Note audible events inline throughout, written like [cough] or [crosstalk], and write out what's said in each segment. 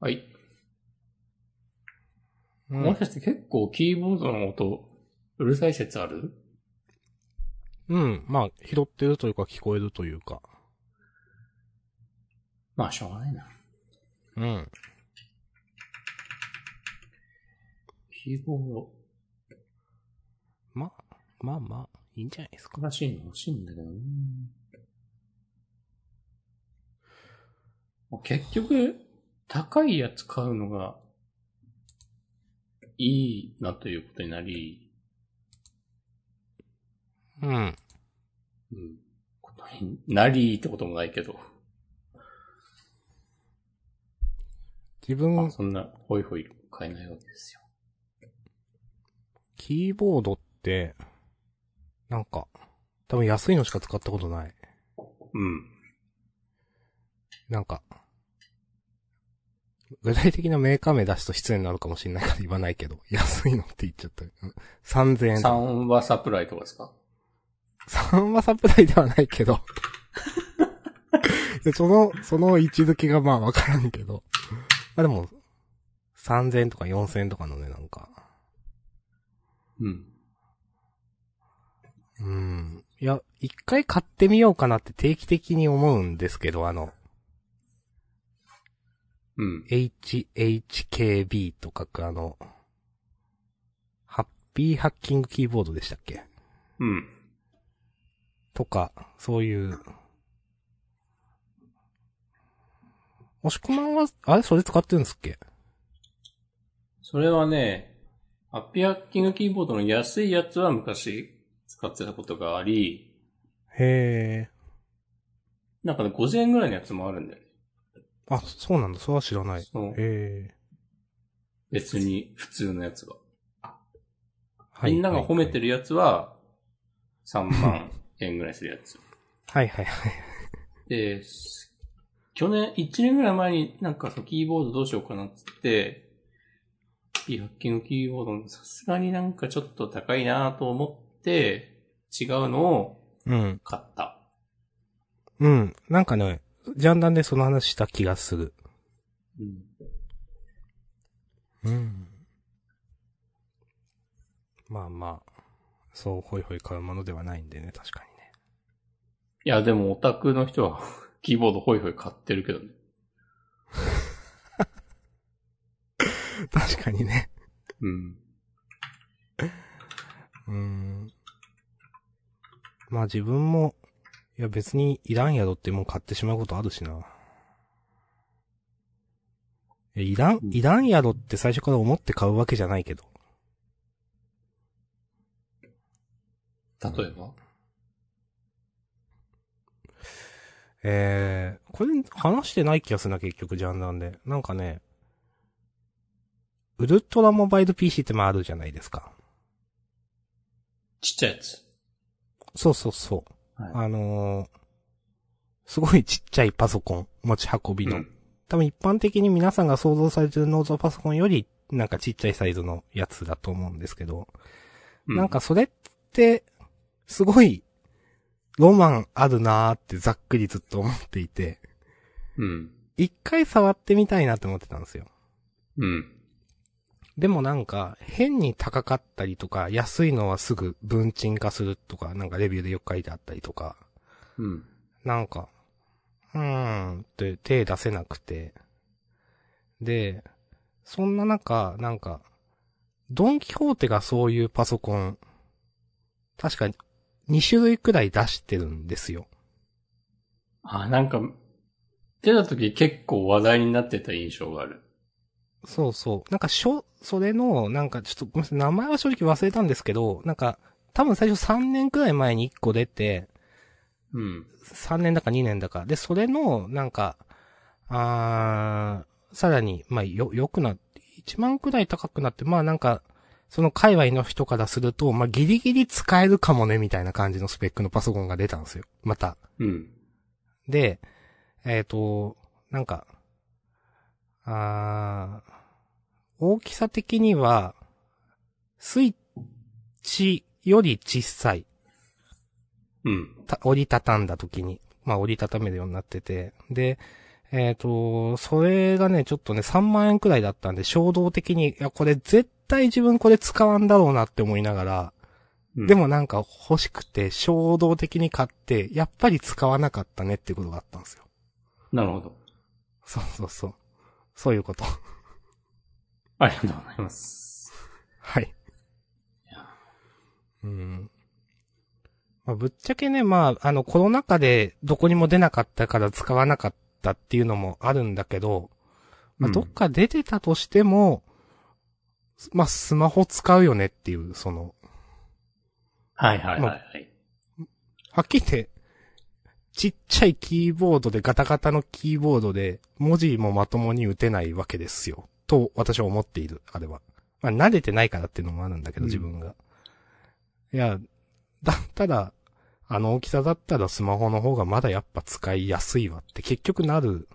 はい。うもんし。かして結構キーボードの音、うるさい説あるうん。まあ、拾ってるというか聞こえるというか。まあ、しょうがないな。うん。キーボード、まあ、まあまあ、いいんじゃないですか。詳しいの欲しいんだけどねもう結局、高いやつ買うのが、いいなということになり、うん。うん、ことになりってこともないけど、自ま分あ、そんな、ホイホイ買えないわけですよ。キーボードって、なんか、多分安いのしか使ったことない。うん。なんか、具体的なメーカー名出すと失礼になるかもしれないから言わないけど、 [laughs] 安いのって言っちゃった。うん3000円。サンバサプライとかですか3はサプライではない [laughs] けど。いやその、その位置づけがまあわからんけど。まあでも、3000円とか4000円とかのね、なんか。うん。うん。いや、一回買ってみようかなって定期的に思うんですけど、あの、うん。 HHKB と書くあの、ハッピーハッキングキーボードでしたっけうん。とか、そういう。押し込まんは、あれそれ使ってるんですっけそれはね、ハッピーハッキングキーボードの安いやつは昔使ってたことがあり、へえ。なんかね、50円ぐらいのやつもあるんだよね。あ、そうなんだ。それは知らない。へそうえ。別に普通のやつが。はみんなが褒めてる。るやつは、3万円ぐらいするやつ。はいはいはい。で、す去年、1年ぐらい前になんかそのキーボードどうしようかなっつって、ピーハッキングキーボードもさすがになんかちょっと高いなと思って、違うのをうん。買った。うん。なんかね、ジャンダンでその話した気がする。うん。うん。まあまあ、そう、ホイホイ買うものではないんでね、確かにね。いや、でもオタクの人は [laughs] キーボードホイホイ買ってるけどね。確かにね。 [laughs] うん。うん。まあ自分も、いや別にいらんやろってもう買ってしまうことあるしな。え、いらんう、んいらんやろって最初から思って買うわけじゃないけど。例えば。えー、これ話してない気がするな、結局、ジャンダンで。なんかね、ウルトラモバイル PC ってまああるじゃないですか。ちっちゃいやつ。そうそうそう。はいあのー、すごいちっちゃいパソコン、持ち運びの。うん多分一般的に皆さんが想像されてるノートパソコンより、なんかちっちゃいサイズのやつだと思うんですけど、うなん、かそれって、すごい、ロマンあるなーってざっくりずっと思っていて、うん。一回触ってみたいなって思ってたんですよ。うん。でもなんか、変に高かったりとか、安いのはすぐ文鎮化するとか、なんかレビューでよく書いてあったりとか、うん。なんか、うーんって手出せなくて。で、そんな中、なんか、ドンキホーテがそういうパソコン、確か2種類くらい出してるんですよ。あ、なんか、出た時結構話題になってた印象がある。そうそう。なんかしょ、それの、なんかちょっとごめんなさい、名前は正直忘れたんですけど、なんか、多分最初3年くらい前に1個出て、うん。 3年だか2年だか。で、それの、なんか、あーさらに、まあ、よ、良くなって、1万くらい高くなって、まあなんか、その界隈の人からすると、まあギリギリ使えるかもね、みたいな感じのスペックのパソコンが出たんですよ。また。うん。で、えっ、と、なんか、あー大きさ的には、スイッチより小さい。うん。た折りたたんだ時に、まあ折りたためるようになってて、で、えっ、と、それがね、ちょっとね、3万円くらいだったんで、衝動的に、いや、これ絶対自分これ使わんだろうなって思いながら、うんでもなんか欲しくて、衝動的に買って、やっぱり使わなかったねってことがあったんですよ。なるほど。そうそうそう。そういうこと。ありがとうございます。はい。うん。まあ、ぶっちゃけね、まあ、あの、コロナ禍でどこにも出なかったから使わなかったっていうのもあるんだけど、まうあ、んどっか出てたとしても、まあ、スマホ使うよねっていう、その、はいはいはいはい。はっきり言って、ちっちゃいキーボードでガタガタのキーボードで文字もまともに打てないわけですよ。と私は思っている、あれは。まあ慣れてないからっていうのもあるんだけど、うん自分が。いや、だったら、あの大きさだったらスマホの方がまだやっぱ使いやすいわって結局なる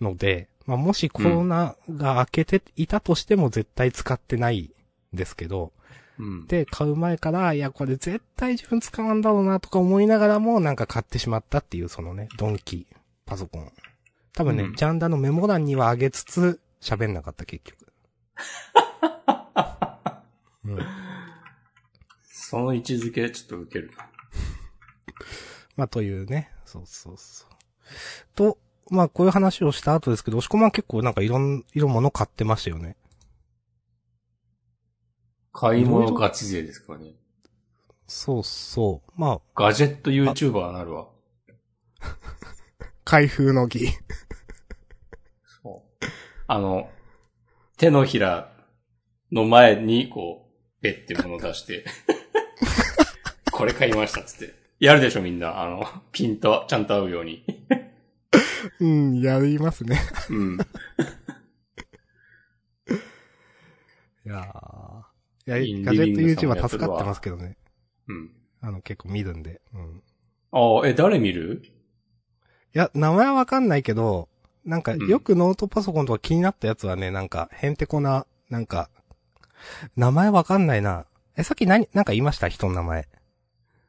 ので、まあもしコロナが明けていたとしても絶対使ってないですけど、うん。で、買う前から、いや、これ絶対自分使わんだろうなとか思いながらも、なんか買ってしまったっていう、そのね、ドンキ、パソコン。多分ね、うんジャンダのメモ欄には上げつつ、喋んなかった、[laughs] 結局。うん。その位置づけ、ちょっと受けるな。まあ、というね、そうそうそう。と、まあ、こういう話をした後ですけど、押し込まん結構なんかいろん、いろんなもの買ってましたよね。買い物ガチ勢ですからね。そうそう。まあ、ガジェット YouTuber なるわ。開封の儀。 [laughs] そう。あの、手のひらの前に、こう、ペっていうものを出して、 [laughs] これ買いましたっつって。やるでしょみんな。あの、ピンとちゃんと合うように。うん、やりますね。うん。いやー。いや、インガジェットリビングさん YouTube もはやって助るわかってますけどね。うん。あの、結構見るんで。うん。ああ、え、誰見るいや、名前はわかんないけど、なんか、うんよくノートパソコンとか気になったやつはね、なんか、へんてこな、なんか、名前わかんないな。え、さっき何、なんか言いました人の名前。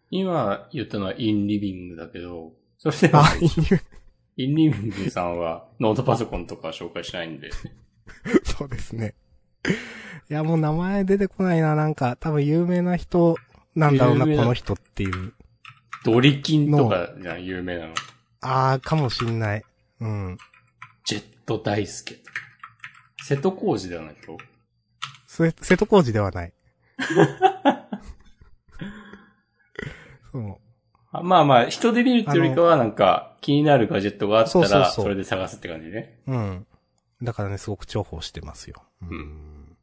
今言ったのはインリビングだけど、それでもあ、いいインリビングさんはノートパソコンとか紹介しないんで。そうですね。いや、もう名前出てこないな、なんか、多分有名な人なんだろうな、有名こなの人っていう。ドリキンとかじゃん、有名なの。あー、かもしんない。うん。ジェット大輔。瀬戸康史だよね、今日。せ、瀬戸康史で [laughs] はない。そう。あまあまあ、人で見るっていうよりかは、なんか、気になるガジェットがあったそうそうら、そうそれで探すって感じね。うん。だからね、すごく重宝してますよ。うん。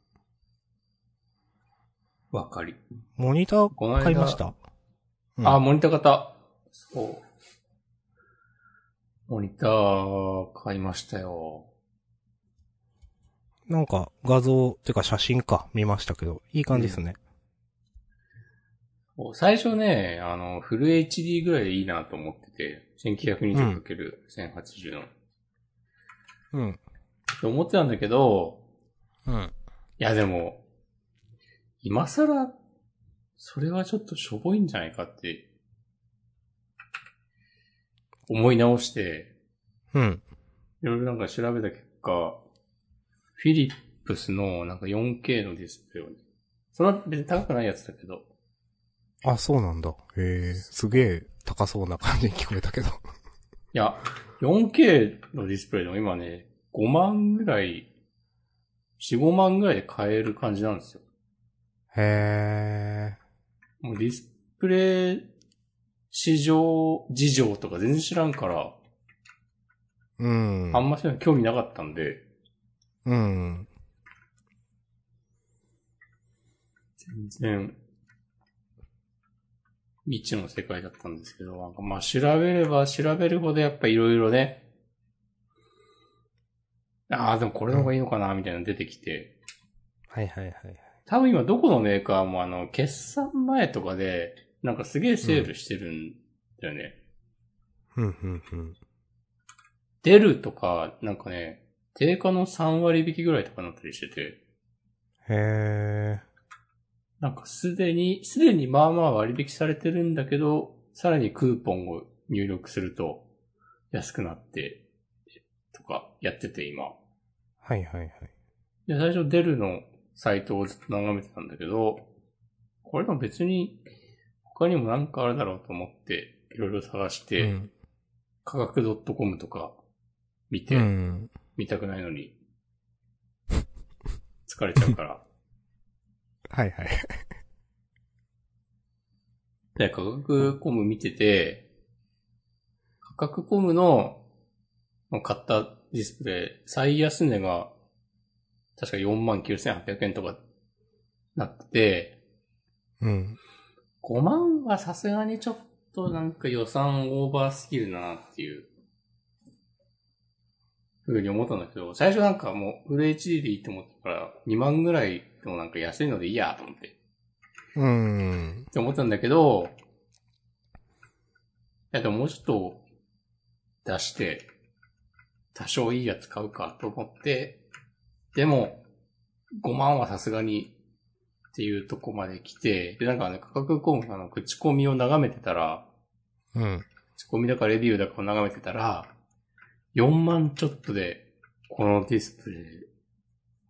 わかり。モニター買いました。うんあ、モニター型。そう。モニター、買いましたよ。なんか画像、てか写真か、見ましたけど、いい感じですね。最初ね、あの、フル HD ぐらいでいいなと思ってて、1920×1080 の。うん。と思ってたんだけど、うん。いやでも、今更、それはちょっとしょぼいんじゃないかって、思い直して、うん。いろいろなんか調べた結果、フィリップスのなんか 4K のディスプレイをね、それは別に高くないやつだけど、あ、そうなんだ。へえ、すげえ高そうな感じに聞こえたけど。 [laughs] いや、4K のディスプレイでも今ね、5万ぐらい、4、5万ぐらいで買える感じなんですよ。へえ。もうディスプレイ市場事情とか全然知らんから、うんあ。んまそういうの興味なかったんで、うん。全然、未知の世界だったんですけど、なんかまあ調べれば調べるほどやっぱいろいろね、ああ、でもこれの方がいいのかな、みたいなの出てきて、はいはいはい。多分今どこのメーカーもあの、決算前とかで、なんかすげえセールしてるんだよね。うん、うん、うん。出るとか、なんかね、定価の3割引きぐらいとかなったりしてて、へえ。なんかすでに、すでにまあまあ割引されてるんだけど、さらにクーポンを入力すると安くなって、かやってて今。はいはいはい。で、最初デルのサイトをずっと眺めてたんだけど、これも別に他にもなんかあるだろうと思って、いろいろ探して、うん価格 .com とか見て、うん。見たくないのに、疲れちゃうから。はいはい。で、価格コム見てて、価格コムの、まあ買ったディスプレイ、最安値が、確か49,800円とか、なってて、うん。 5万はさすがにちょっとなんか予算オーバースキルだなっていう、ふうに思ったんだけど、最初なんかもうフル HD でいいと思ったから、2万ぐらいでもなんか安いのでいいやと思って。うんっ。て思ったんだけど、いやでももうちょっと出して、多少いいやつ買うかと思って、でも、5万はさすがにっていうとこまで来て、で、なんかね、価格コムの口コミを眺めてたら、うん。口コミだかレビューだかを眺めてたら、4万ちょっとで、このディスプレイ、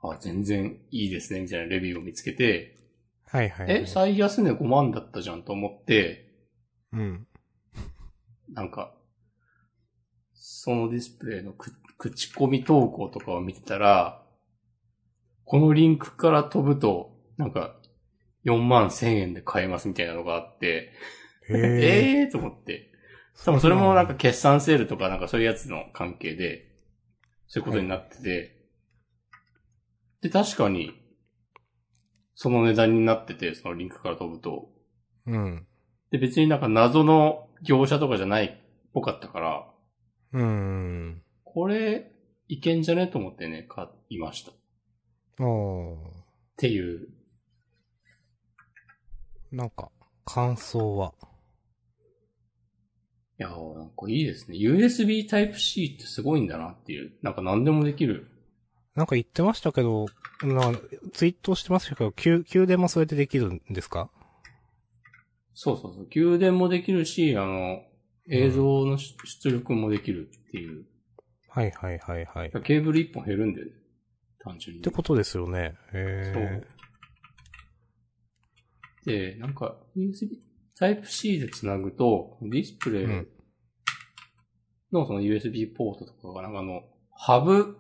あ、全然いいですね、みたいなレビューを見つけて、はいはい、はい。え、最安値5万だったじゃんと思って、うん。なんか、そのディスプレイのく口コミ投稿とかを見てたら、このリンクから飛ぶと、なんか、4万1000円で買えますみたいなのがあって、へえ。ええーと思って。多分それもなんか決算セールとかなんかそういうやつの関係で、そういうことになってて、で、確かに、その値段になってて、そのリンクから飛ぶと、うん。で、別になんか謎の業者とかじゃないっぽかったから、うん。これ、いけんじゃねと思ってね、買いました。っおー。ていう。なんか、感想は。いやー、なんかいいですね。USB Type-C ってすごいんだなっていう。なんか何でもできる。なんか言ってましたけど、なんかツイートしてましたけど、給給電もそれでできるんですかそうそうそう。給電もできるし、あの、映像のし出力もできるっていう。はいはいはいはい。っケーブル一本減るんだよね。単純に。てことですよね。へそう。で、なんか、USB、Type-C で繋ぐと、ディスプレイうんのその USB ポートとかが、なんかあの、ハブ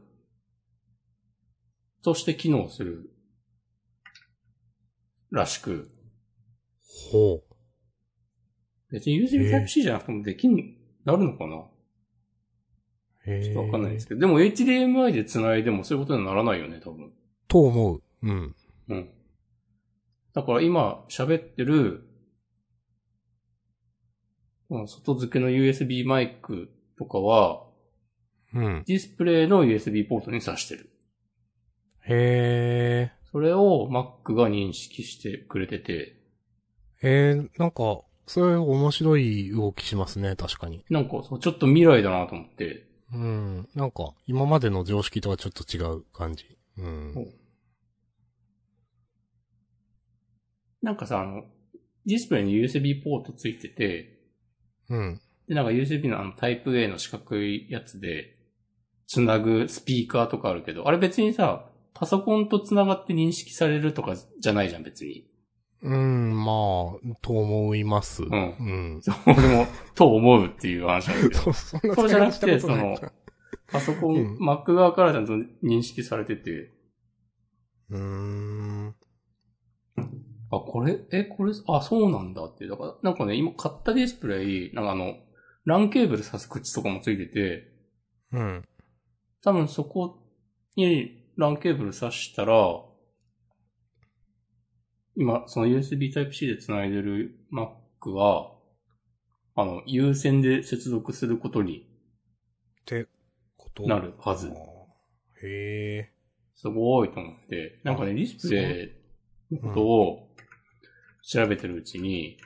として機能するらしく、え。ほう。別に USB へえ Type-C じゃなくてもできん、なるのかなへちょえ。っとわかんないですけど、でも HDMI で繋いでもそういうことにはならないよね、多分。と思う。うん。うん。だから今喋ってる、この外付けの USB マイクとかは、うん。ディスプレイの USB ポートに挿してる。へえ。それを Mac が認識してくれてて、えー、なんか、それ面白い動きしますね、確かに。なんかそうちょっと未来だなと思って、うん。なんか、今までの常識とはちょっと違う感じ。うん。なんかさ、あの、ディスプレイに USB ポートついてて、うん。で、なんか USB のあのタイプ A の四角いやつで、つなぐスピーカーとかあるけど、あれ別にさ、パソコンとつながって認識されるとかじゃないじゃん、別に。うん、まあ、と思います。うんうん。そう、俺も、と思うっていう話なんだけど。 [laughs] そそんなそうじゃなく使いて、方したそことないの、 [laughs] パソコうんン、Mac 側からちゃんと認識されてて、うーん。あ、これ、え、これ、あ、そうなんだっていう。だから、なんかね、今買ったディスプレイ、なんかあの、LAN ケーブル挿す口とかもついてて、うん。多分そこに LAN ケーブル挿したら、今、その USB Type-C で繋いでる Mac は、あの、有線で接続することにってことなるはず。へえ。すごいと思って、なんかね、あディスプレイのことを調べてるうちに、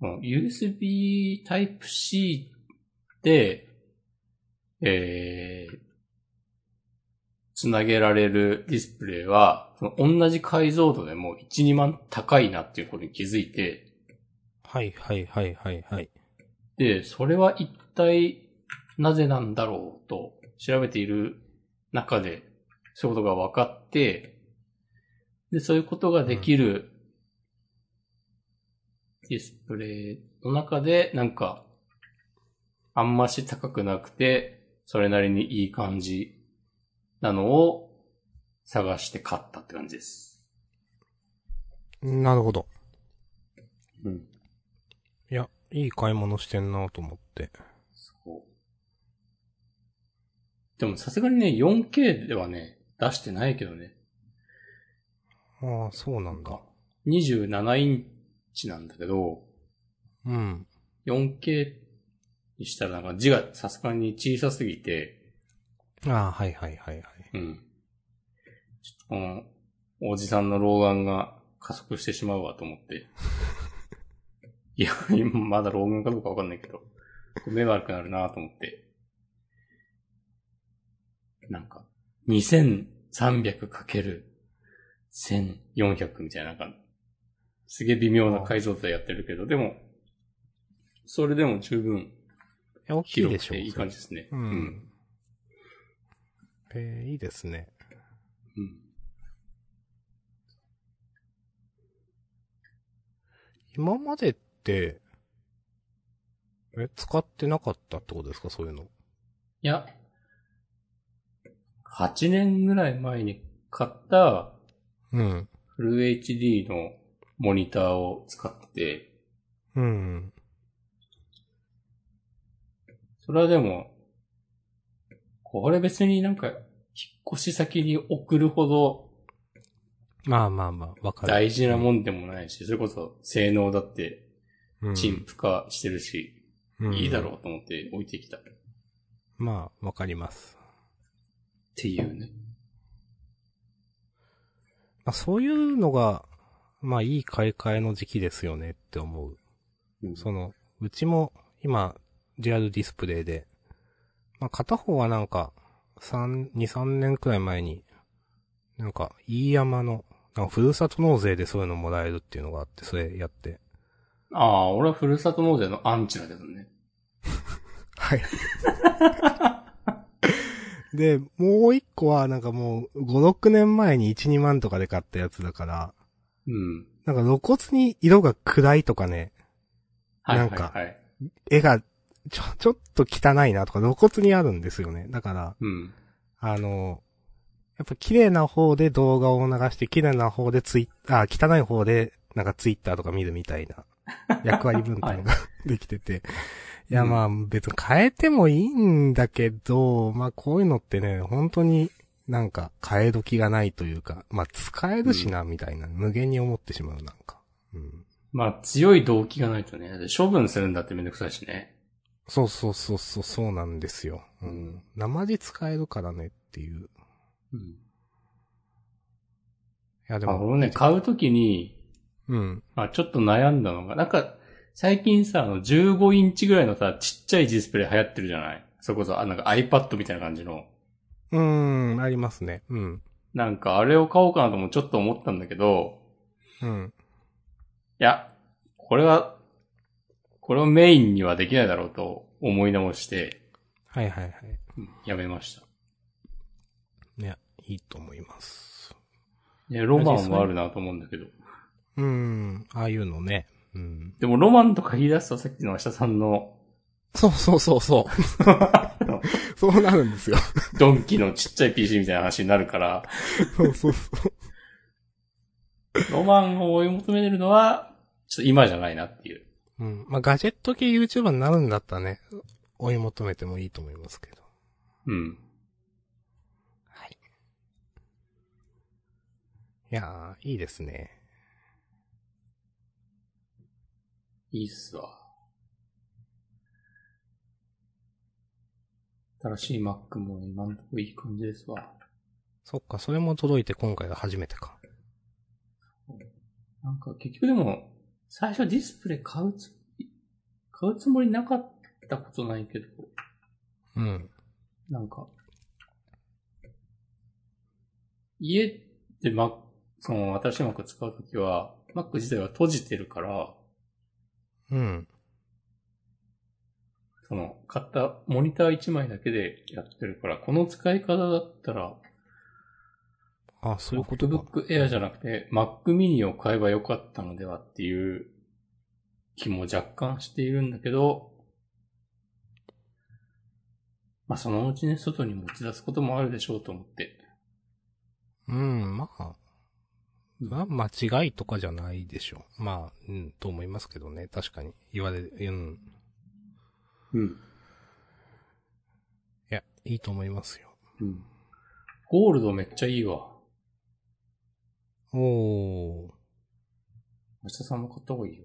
この USB Type-C で、えー、つなげられるディスプレイは、その同じ解像度でも1、2万高いなっていうことに気づいて、はいはいはいはいはい。で、それは一体なぜなんだろうと調べている中で、そういうことが分かって、で、そういうことができるディスプレイの中で、なんか、あんまし高くなくて、それなりにいい感じなのを探して買ったって感じです。なるほど。うん。いや、いい買い物してんなと思って。そう。でもさすがにね、4K ではね、出してないけどね。ああ、そうなんだ。 27インチなんだけど、うん。 4K にしたらなんか字がさすがに小さすぎて、ああ、はいはいはいはい。うん。ちょっとこの、おじさんの老眼が加速してしまうわと思 [laughs] って。いや、今まだ老眼かどうかわかんないけど、目が悪くなるなと思って。なんか、2300×1400 みたいな、なんか、すげえ微妙な解像度でやってるけど、でも、それでも十分いや、大きいで広しくょていい感じですね。それうん。えー、いいですね。うん。今までって、え、使ってなかったってことですかそういうの。いや、8年ぐらい前に買ったうん。フル HD のモニターを使って、うん。それはでも、これ別になんか、引っ越し先に送るほどまあまあまあ、わかる。大事なもんでもないし、それこそ性能だってうん陳腐化してるし、いいだろううと思って置いてきたっん。まあ、わかります。ていうね。まあ、そういうのが、まあ、いい買い替えの時期ですよねって思う。うんその、うちも今、JR ディスプレイで、まあ、片方はなんか、三、二、三年くらい前に、なんか、飯山の、なんかふるさと納税でそういうのもらえるっていうのがあって、それやって。ああ、俺はふるさと納税のアンチだけどね。はい。 [laughs] で、もう一個はなんかもう、5、6年前に1、2万とかで買ったやつだから、うん。なんか露骨に色が暗いとかね、はいはいなんかはい。絵がちょ、ちょっと汚いなとか露骨にあるんですよね。だから、うん。あの、やっぱ綺麗な方で動画を流して、綺麗な方でツイッあ、汚い方で、なんかツイッターとか見るみたいな、役割分担ができてて。いや、うんまあ、別に変えてもいいんだけど、まあ、こういうのってね、本当になんか変え時がないというか、まあ、使えるしな、みたいな、無限に思ってしまう、なんか。うん。まあ強い動機がないとね、処分するんだってめんどくさいしね。そうそうそうそう、そうなんですよ。ううんん。生地使えるからねっていう。うん。いや、であ、も、俺ね、買うときに、うん。まあちょっと悩んだのが、なんか、最近さ、あの、15インチぐらいのさ、ちっちゃいディスプレイ流行ってるじゃないそれこそ、あ、なんか iPad みたいな感じの。うーん、ありますね。うん。なんか、あれを買おうかなともちょっと思ったんだけど、うん。いや、これは、これをメインにはできないだろうと思い直して、はいはいはい。うんやめました。ね、いいと思います。ね、ロマンもあるなと思うんだけど。うーん、ああいうのね。うん。でも、ロマンとか言い出すとさっきの明日さんの、そうそうそうそあの [laughs] う。そうなるんですよ。ドンキのちっちゃい PC みたいな話になるから、 [laughs] そうそうそう。ロマンを追い求めてるのは、ちょっと今じゃないなっていう。うん。まあ、ガジェット系 YouTuber になるんだったらね、追い求めてもいいと思いますけど。うん。はい。いやー、いいですね。いいっすわ。新しい Mac も今んとこいい感じですわ。そっか、それも届いて今回が初めてか。なんか結局でも、最初ディスプレイ買うつ、買うつもりなかったことないけど、うん。なんか、家で Mac、その新しい Mac 使うときは、Mac 自体は閉じてるから、うん。そその、買ったモニター1枚だけでやってるから、この使い方だったら、あ、そういうことか。 MacBook Air じゃなくて Mac mini を買えばよかったのではっていう気も若干しているんだけど、まあそのうちね、外に持ち出すこともあるでしょうと思って。うん、まあ。まあ、間違いとかじゃないでしょう。まあ、うん、と思いますけどね。確かに。言われる、うん。うん。いや、いいと思いますよ。うん。ゴールドめっちゃいいわ。おー。明日さんも買った方がいいよ。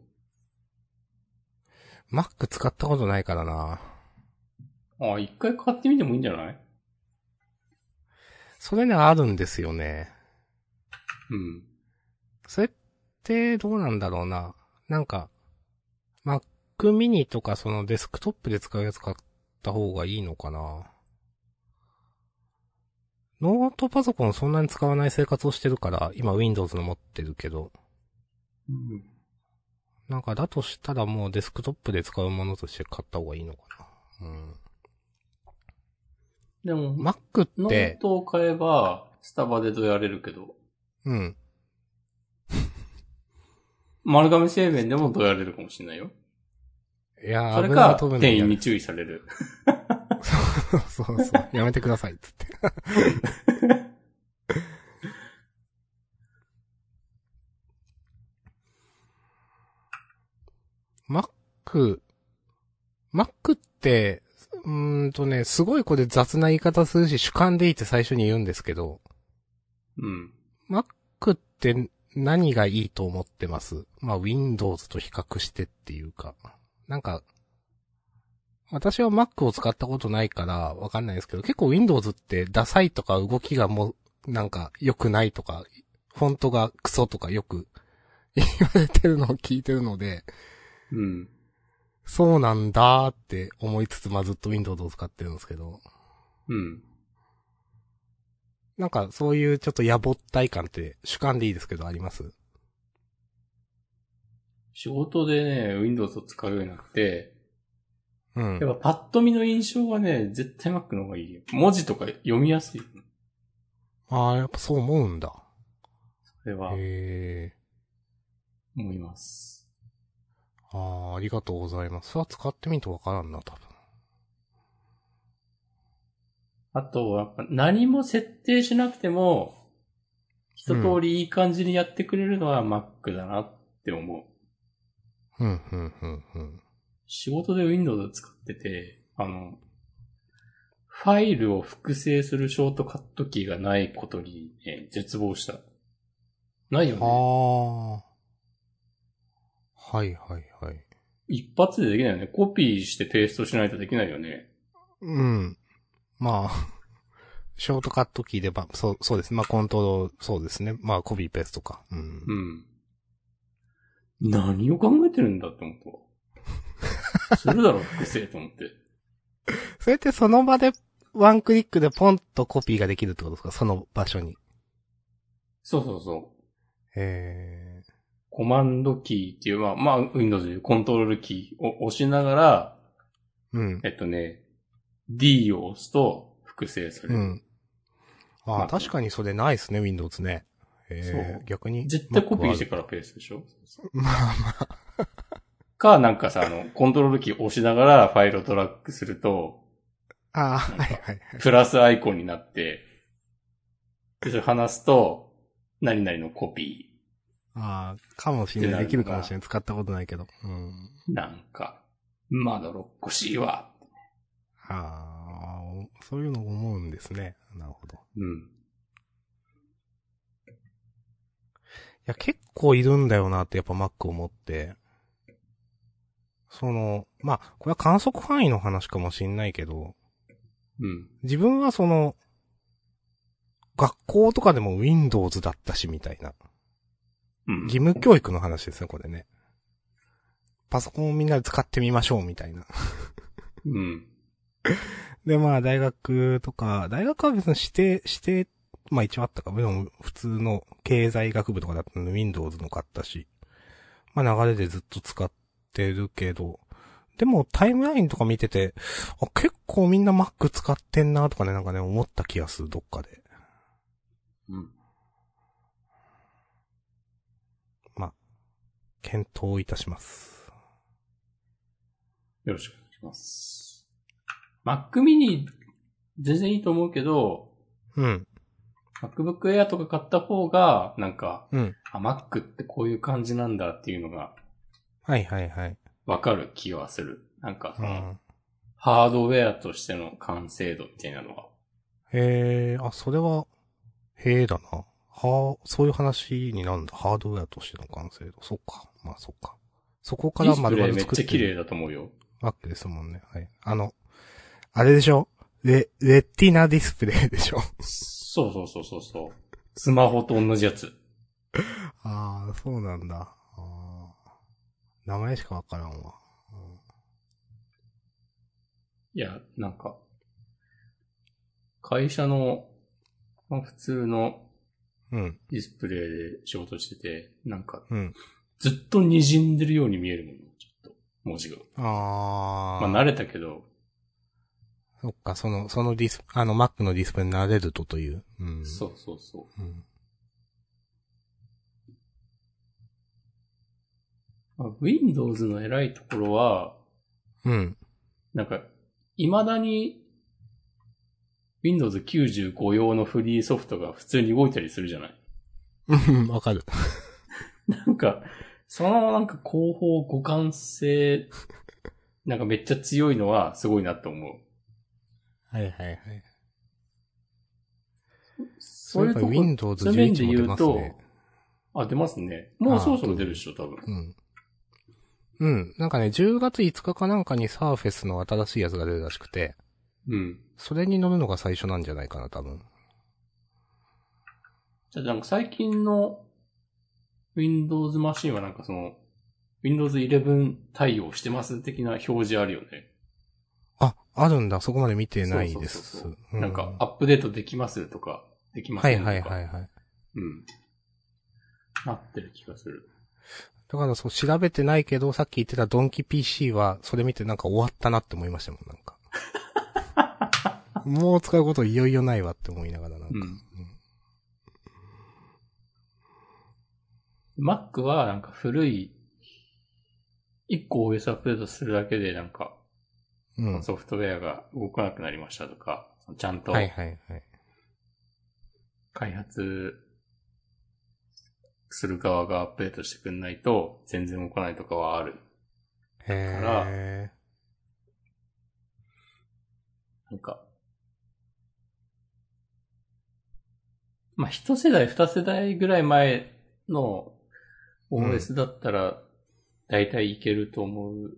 Mac 使ったことないからな。ああ、一回買ってみてもいいんじゃないそれね、あるんですよね。うん。それってどうなんだろうな。なんか、Mac mini とかそのデスクトップで使うやつ買った方がいいのかな。ノートパソコンそんなに使わない生活をしてるから、今 Windows の持ってるけど。うん。なんかだとしたらもうデスクトップで使うものとして買った方がいいのかな。うん。でも、 Mac っノーて、トを買えば、スタバでどやれるけど、うん。丸亀製麺でもどやれるかもしれないよ。いやー、それ油か、飛ぶんだ店よ員に注意される。 [laughs] そうそうそう。やめてください、つって。Mac、Mac って、うーんとね、すごいこれ雑な言い方するし、主観でいいって最初に言うんですけど、うん。 Mac って何がいいと思ってますまあ、Windows と比較してっていうか。なんか、私は Mac を使ったことないからわかんないですけど、結構 Windows ってダサいとか動きがもう、なんか良くないとか、フォントがクソとかよく言われてるのを聞いてるので、うん。そうなんだーって思いつつ、まあずっと Windows を使ってるんですけど、うん。なんかそういうちょっと野暮ったい感って主観でいいですけどあります仕事でね、Windows を使うようになって、うん。やっぱパッと見の印象はね、絶対 Mac の方がいいよ。文字とか読みやすい。こああ、やっぱそう思うんだ。れは、へえ。思います。ああ、ありがとうございます。さあ、使ってみるとわからんな、多分。あとは、やっぱ何も設定しなくても、一通りいい感じにやってくれるのは Mac だなって思う。うん、うん、うん、うん。仕事で Windows を使ってて、あの、ファイルを複製するショートカットキーがないことに、ね、絶望した。ないよね。ああ。はい、はい、はい。一発でできないよね。コピーしてペーストしないとできないよね。うん。まあ、 [laughs] ショートカットキーでば、そう、そうですね。まあ、コントロール、そうですね。まあ、コピーペーストか。うんう。ん。何を考えてるんだって思ったわ。するだろ、複製と思って。それってその場で、ワンクリックでポンとコピーができるってことですかその場所に。そうそうそう。へえ。コマンドキーっていう、まあ、まあ、Windows でいうコントロールキーを押しながら、うん。えっとね、D を押すと複製される。うん。あまあ、あ確かにそれないですね、Windows ね。えそえう逆に。絶対コピーしてくからペーストでしょまあまあ。か、なんかさ、あの、コントロールキー押しながらファイルをトラックすると、ああ、はいはい。プラスアイコンになって、で、それ離すと、何々のコピああ、かもしれない。できるかもしれない。使ったことないけど。うん。ー。なんか、まだろっこしいわ。ああ、そういうの思うんですね。なるほど。いうん。や、結構いるんだよなって、やっぱ Mac を持って。その、まあ、これは観測範囲の話かもしんないけど、うん。自分はその、学校とかでも Windows だったし、みたいな。うん。義務教育の話ですね、これね。パソコンをみんなで使ってみましょう、みたいな。うん。で、まあ、大学とか、大学は別に指定、指定、まあ一応あったか。でも、普通の経済学部とかだったので、Windows の買ったし。まあ流れでずっと使ってるけど、でもタイムラインとか見てて、あ、結構みんな Mac 使ってんなとかね、なんかね、思った気がする、どっかで。うん。検討いたします。よろしくお願いします。Mac mini 全然いいと思うけど、うん。 MacBook Air とか買った方が、なんか、うん。あ、Mac ってこういう感じなんだっていうのがはいはいはい。わかる気はする。なんかうその、ん。ハードウェアとしての完成度みたいなのが。へえ、あ、それは、へえだな。はあ、そういう話になるんだ。ハードウェアとしての完成度。そっか。まあそっか。そこかディらスプ丸レイ々めっ作っちてゃ綺麗るだと思うよ。わけですもんね。はい。あの、あれでしょレ、レティナディスプレイでしょ [laughs] そうそうそうそうそう。スマホと同じやつ。ああ、そうなんだ。あー名前しかわからんわ。いや、なんか、会社の、まあ普通のうん、ディスプレイで仕事してて、なんか、うん。ずっと滲んでるように見えるもん、ちょっと、文字が。ああ、まあ、慣れたけど、そっか、その、そのディス、あの、Mac のディスプレイに慣れるとという。うん。そうそうそう。うん。まあ Windows の偉いところは、うん。なんか、未だに、Windows 95用のフリーソフトが普通に動いたりするじゃない [laughs] うん、 [laughs] わかる。なんか、そのなんか広報互換性、なんかめっちゃ強いのはすごいなと思う。はいはいはい。そういうとこ、そういえば Windows そういう面で11も出ますね言うとあ、出ますね。もうそろそろ出るでしょ、多分。うん。うん。なんかね、10月5日かなんかにサーフェスの新しいやつが出るらしくて、うん。それに乗るのが最初なんじゃないかな、多分。じゃあなんか最近の Windows マシンはなんかその、Windows 11対応してます的な表示あるよね。あ、あるんだ。そこまで見てないでそうすそうそう。うなんかアップデートできますとか、できまはせいんとか。はいはいはい。うん。なってる気がする。だからそう、調べてないけど、さっき言ってたドンキ PC は、それ見てなんか終わったなって思いましたもん、なん [laughs] か。もう使うこといよいよないわって思いながらなんか。うん。Mac はなんか古い、一個 OS アップデートするだけでなんかうん。ソフトウェアが動かなくなりましたとか、ちゃんとはいはいはい。開発する側がアップデートしてくんないと全然動かないとかはある。へなんか。まあ、一世代、二世代ぐらい前の OS だったら、だいたいいけると思う。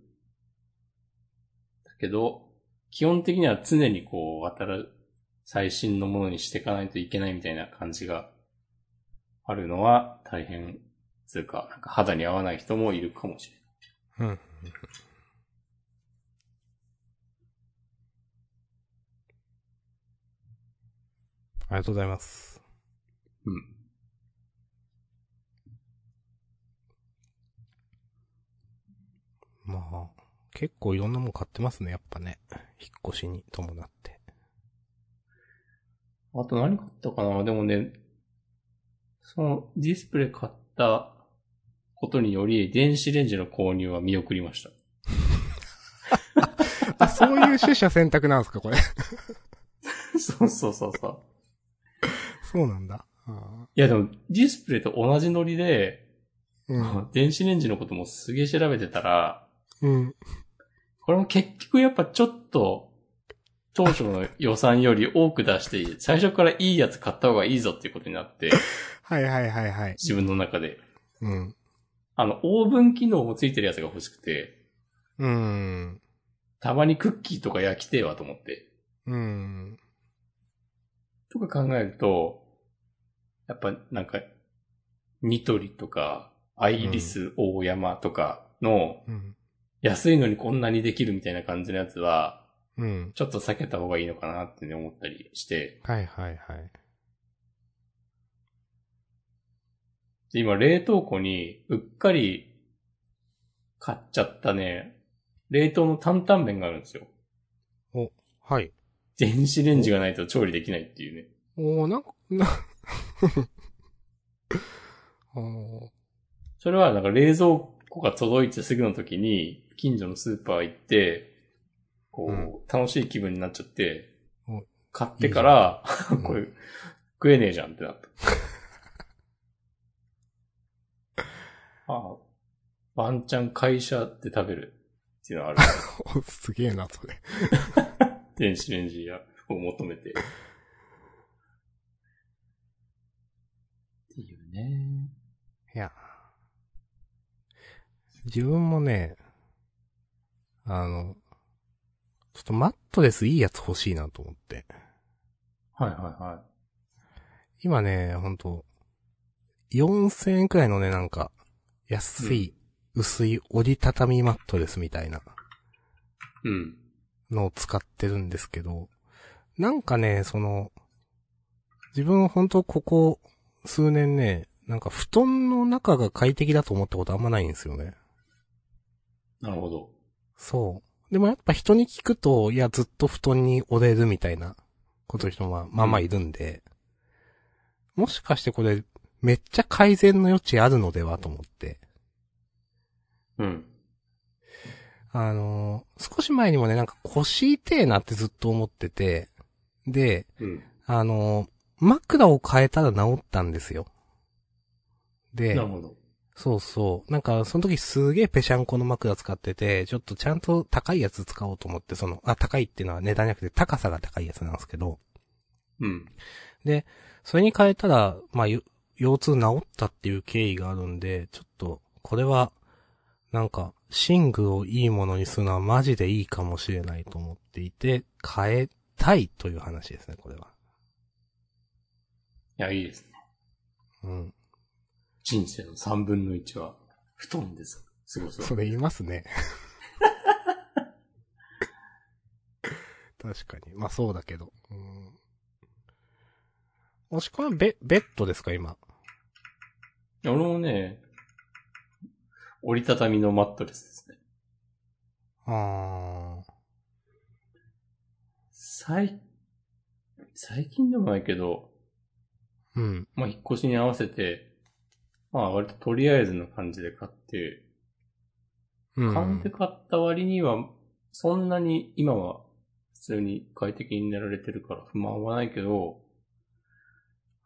だけど、基本的には常にこう、新、最新のものにしていかないといけないみたいな感じがあるのは大変、つうか、なんか肌に合わない人もいるかもしれない。ー。うん。ありがとうございます。うん。まあ、結構いろんなもん買ってますね、やっぱね。引っ越しに伴って。あと何買ったかなでもね、そのディスプレイ買ったことにより、電子レンジの購入は見送りました。 [laughs] あ、そういう取捨選択なんですか、これ。 [laughs] そうそうそうそう。 [laughs] そうなんだ。あいやでも、ディスプレイと同じノリで、ー電子レンジのこともすげえ調べてたら、うん。うん。これも結局やっぱちょっと、当初の予算より多く出して、最初からいいやつ買った方がいいぞっていうことになって、はいはいはいはい。自分の中で。うん。あの、オーブン機能もついてるやつが欲しくて、うん。たまにクッキーとか焼きてえわと思って。うん。とか考えると、やっぱなんか、ニトリとか、アイリス大山とかの、うん。安いのにこんなにできるみたいな感じのやつは、うん。ちょっと避けた方がいいのかなってね思ったりして、はいはいはい。で今冷凍庫にうっかり買っちゃったね、冷凍の担々麺があるんですよ。はい。電子レンジがないと調理できないっていうね。おー、なんか、な、 [laughs] おーそれは、なんか冷蔵庫が届いてすぐの時に、近所のスーパー行って、こう、うん楽しい気分になっちゃってお、買ってから、[laughs] んこれ、食えねえじゃんってなった。ああ、ワンチャン会社で食べるっていう [laughs] のはある。すげえな、それ。電子レンジを求めて。っていうね。いや。自分もね、あの、ちょっとマットレスいいやつ欲しいなと思って。はいはいはい。今ね、ほんと、4000円くらいのね、なんか、安い、薄い折りたたみマットレスみたいなうん。のを使ってるんですけど、なんかね、その、自分ほんとここ数年ね、なんか布団の中が快適だと思ったことあんまないんですよね。なるほど。そう。でもやっぱ人に聞くと、いや、ずっと布団に折れるみたいなことの人はまあまあいるんで、もしかしてこれ、めっちゃ改善の余地あるのではと思って。うん。あのー少し前にもね、なんか腰痛えなってずっと思ってて、で、うん。あのー枕を変えたら治ったんですよ。で、なるほど。そうそう。なんか、その時すげえぺしゃんこの枕使ってて、ちょっとちゃんと高いやつ使おうと思って、その、あ、高いっていうのは値段じゃなくて高さが高いやつなんですけど、うん。それに変えたら、まあ、よ腰痛治ったっていう経緯があるんで、ちょっと、これは、なんか、寝具をいいものにするのはマジでいいかもしれないと思っていて、変えたいという話ですね、これは。いや、いいですね。うん。人生の3分の1は、布団です。すごそ。そうれ言いますね。確かに。まあそうだけど。うん。もしくはベ、ベッドですか、今。俺もね、折りたたみのマットレスですね。あ最、最近でもないけど、ー。うん。まあ、引っ越しに合わせて、まあ、割ととりあえずの感じで買って、うん。買って買った割には、そんなに今は普通に快適に寝られてるから不満はないけど、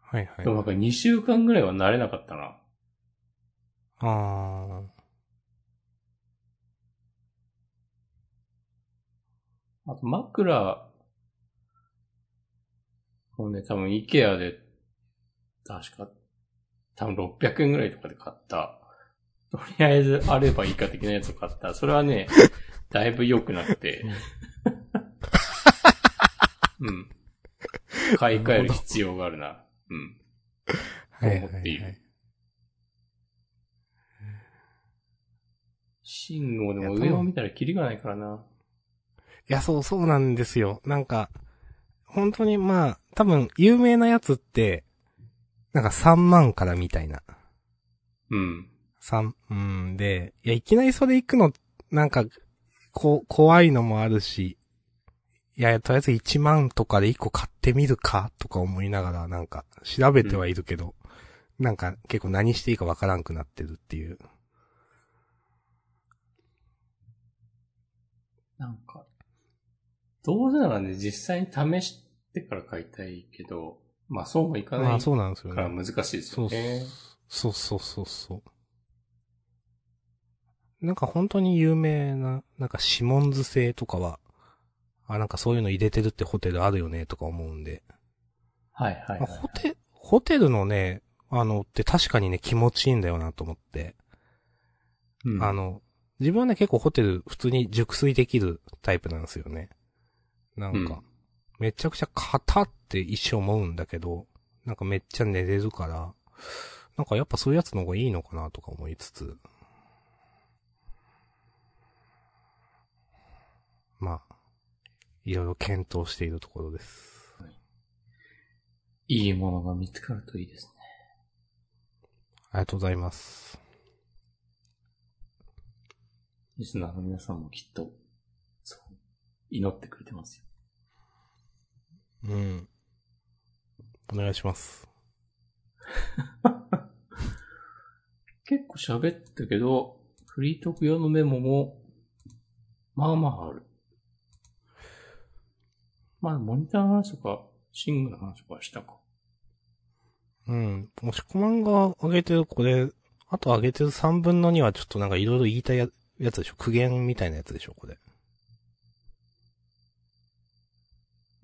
はいはいでも。なんか2週間ぐらいは慣れなかったな。ああと枕、もうね、多分 IKEA で、確か、多分600円ぐらいとかで買った。とりあえずあればいいか的なやつを買った。それは [laughs] ね、だいぶ良くなって。うん。買い替える必要があるな。うん。ー。はいとは思っていいるはい。信号でも上を見たらキリがないからな。いや、そう、そうなんですよ。なんか、本当にまあ、多分、有名なやつって、なんか3万からみたいな。うん。三、うんで、いや、いきなりそれ行くの、なんか、こ、怖いのもあるし、いやいや、とりあえず1万とかで1個買ってみるか、とか思いながら、なんか、調べてはいるけど、なんか、結構何していいかわからんくなってるっていう。なんか、どうせならね、実際に試してから買いたいけど、まあそうもいかまないあ、そうなんですよからね。難しいですよね。そうそうそうそう。なんか本当に有名な、なんかシモンズ製とかは、あ、なんかそういうの入れてるってホテルあるよね、とか思うんで。はいはい、まあはい。ホテ、ホテルのね、あの、って確かにね、気持ちいいんだよなと思って。うんあ、の、自分はね、結構ホテル普通に熟睡できるタイプなんですよね。なんか、うんめちゃくちゃ硬って一生思うんだけど、なんかめっちゃ寝れるから、なんかやっぱそういうやつの方がいいのかなとか思いつつ。まあ、いろいろ検討しているところです。いいものが見つかるといいですね。ありがとうございます。リスナーの皆さんもきっと、そう、祈ってくれてますよ。うん。お願いします。結構喋ったけど、フリートーク用のメモも、まあまあある。まあ、モニターの話とか、シングの話とかしたか。うん。もしこまんが上げてるこれ、あと上げてる3分の2はちょっとなんかいろいろ言いたいややつでしょ苦言みたいなやつでしょこれ。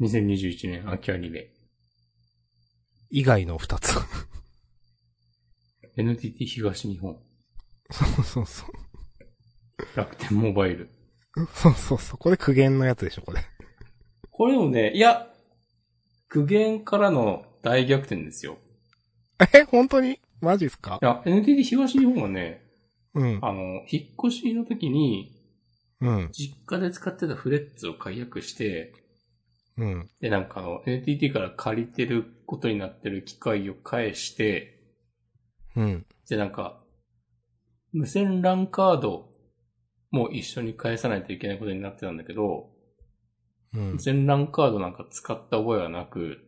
2021年秋アニメ、以外の2つ。 NTT 東日本、そうそうそう。楽天モバイル。そうそうそう。これ苦言のやつでしょこれ。これもね、いや、苦言からの大逆転ですよ。え本当にマジっすかいや、NTT 東日本はね、うん。あの、引っ越しの時に、うん。実家で使ってたフレッツを解約して、うん。で、なんかあの、NTT から借りてることになってる機械を返して、うん。で、なんか、無線 LAN カードも一緒に返さないといけないことになってたんだけど、うん無。線 LAN カードなんか使った覚えはなく、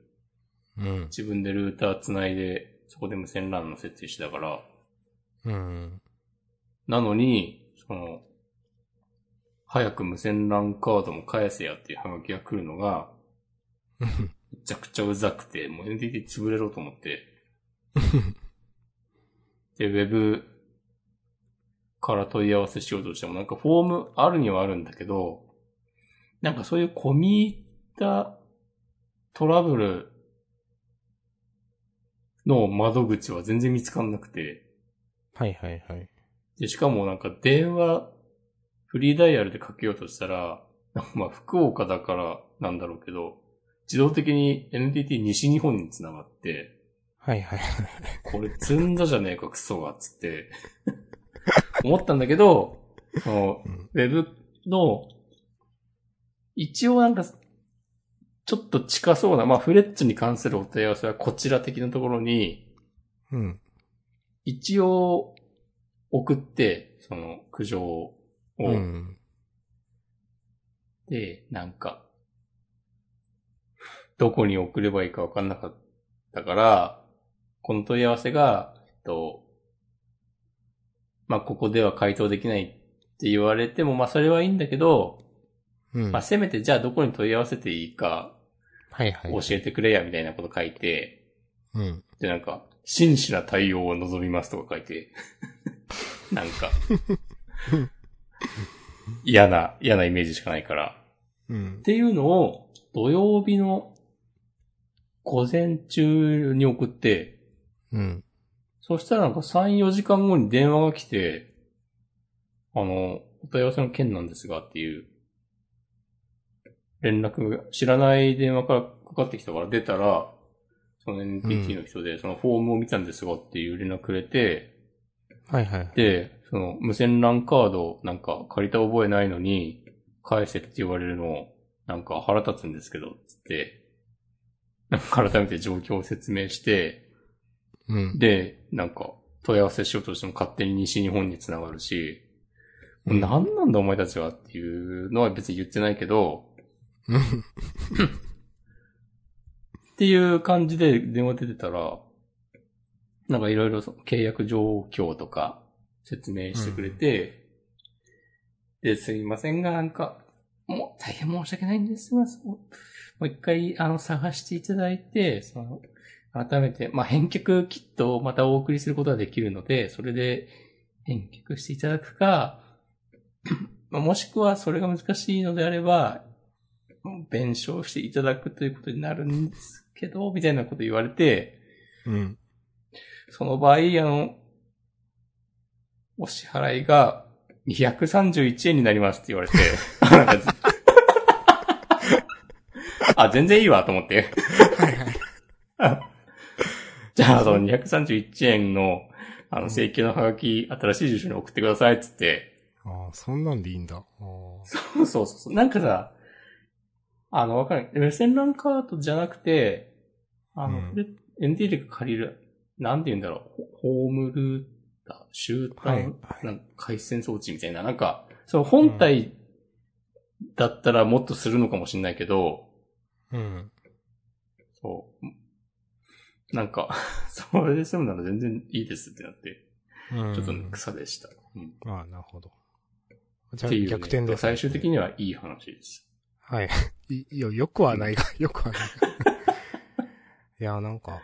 うん。自分でルーター繋いで、そこで無線 LAN の設定してたから、うん。なのに、その、早く無線 LAN カードも返せやっていうハガキが来るのが、めちゃくちゃうざくて、もう NTT 潰れろと思って。で、ウェブから問い合わせしようとしても、なんかフォームあるにはあるんだけど、なんかそういう込み入ったトラブルの窓口は全然見つかんなくて、はいはいはい。で、しかもなんか電話、フリーダイヤルでかけようとしたら、 [laughs] まあ福岡だからなんだろうけど、自動的に NTT 西日本につながって、はいはい。これ積んだじゃねえかクソが、つって、 [laughs] 思ったんだけど、そのうウん、ェブの、一応なんか、ちょっと近そうな、まあフレッツに関するお問い合わせはこちら的なところに、うん。一応送って、その苦情を、うん。で、なんか、どこに送ればいいかわかんなかったから、この問い合わせが、えっと、まあ、ここでは回答できないって言われても、まあ、それはいいんだけど、うん。まあ、はせめてじゃあどこに問い合わせていいかいはい。教えてくれや、みたいなこと書いて、うん。で、なんか、真摯な対応を望みますとか書い [laughs] て、なんか、嫌な、嫌なイメージしかないから、うんっ。ていうのを土曜日の午前中に送って、うん。そしたらなんか3、4時間後に電話が来て、あの、お問い合わせの件なんですがっていう、連絡が、知らない電話からかかってきたから出たら、その NTT の人で、そのフォームを見たんですがっていう連絡くれて、はいはい。で、その無線 LAN カードなんか借りた覚えないのに、返せって言われるのを、なんか腹立つんですけど、つって、なんか改めて状況を説明して、うん。で、なんか問い合わせしようとしても勝手に西日本に繋がるし、うん何なんだお前たちはっていうのは別に言ってないけど、うん。っていう感じで電話出てたら、なんかいろいろその契約状況とか説明してくれて、で、すいませんが、なんか、もう大変申し訳ないんですが、そうもう一回、あの、探していただいて、その、改めて、まあ、返却キットをまたお送りすることができるので、それで返却していただくか、まあもしくはそれが難しいのであれば、弁償していただくということになるんですけど、みたいなこと言われて、うん。その場合、あの、お支払いが231円になりますって言われて、 [laughs] なんかずあ、全然いいわと思って。じゃあ、その231円の、あの、請求のハガキ、新しい住所に送ってくださいっつって、ああ、そんなんでいいんだ。あー [laughs] そうそうそう。なんかさ、あの、わかる。無線 LAN カードじゃなくて、あの、うんこれ NTT が借りる、なんて言うんだろう、ホホームルーター、集はい団、なんか回線装置みたいな、なんか、その本体だったらもっとするのかもしれないけど、うん。そう。なんか、 [laughs] それで済むなら全然いいですってなって、うんちょっとね草でした。うんああ、なるほど。じゃっあ、ていうね逆転です、最終的にはいい話です。はい。 [laughs] いいや、よくはないが、 [laughs] よくはないが。いや、なんか、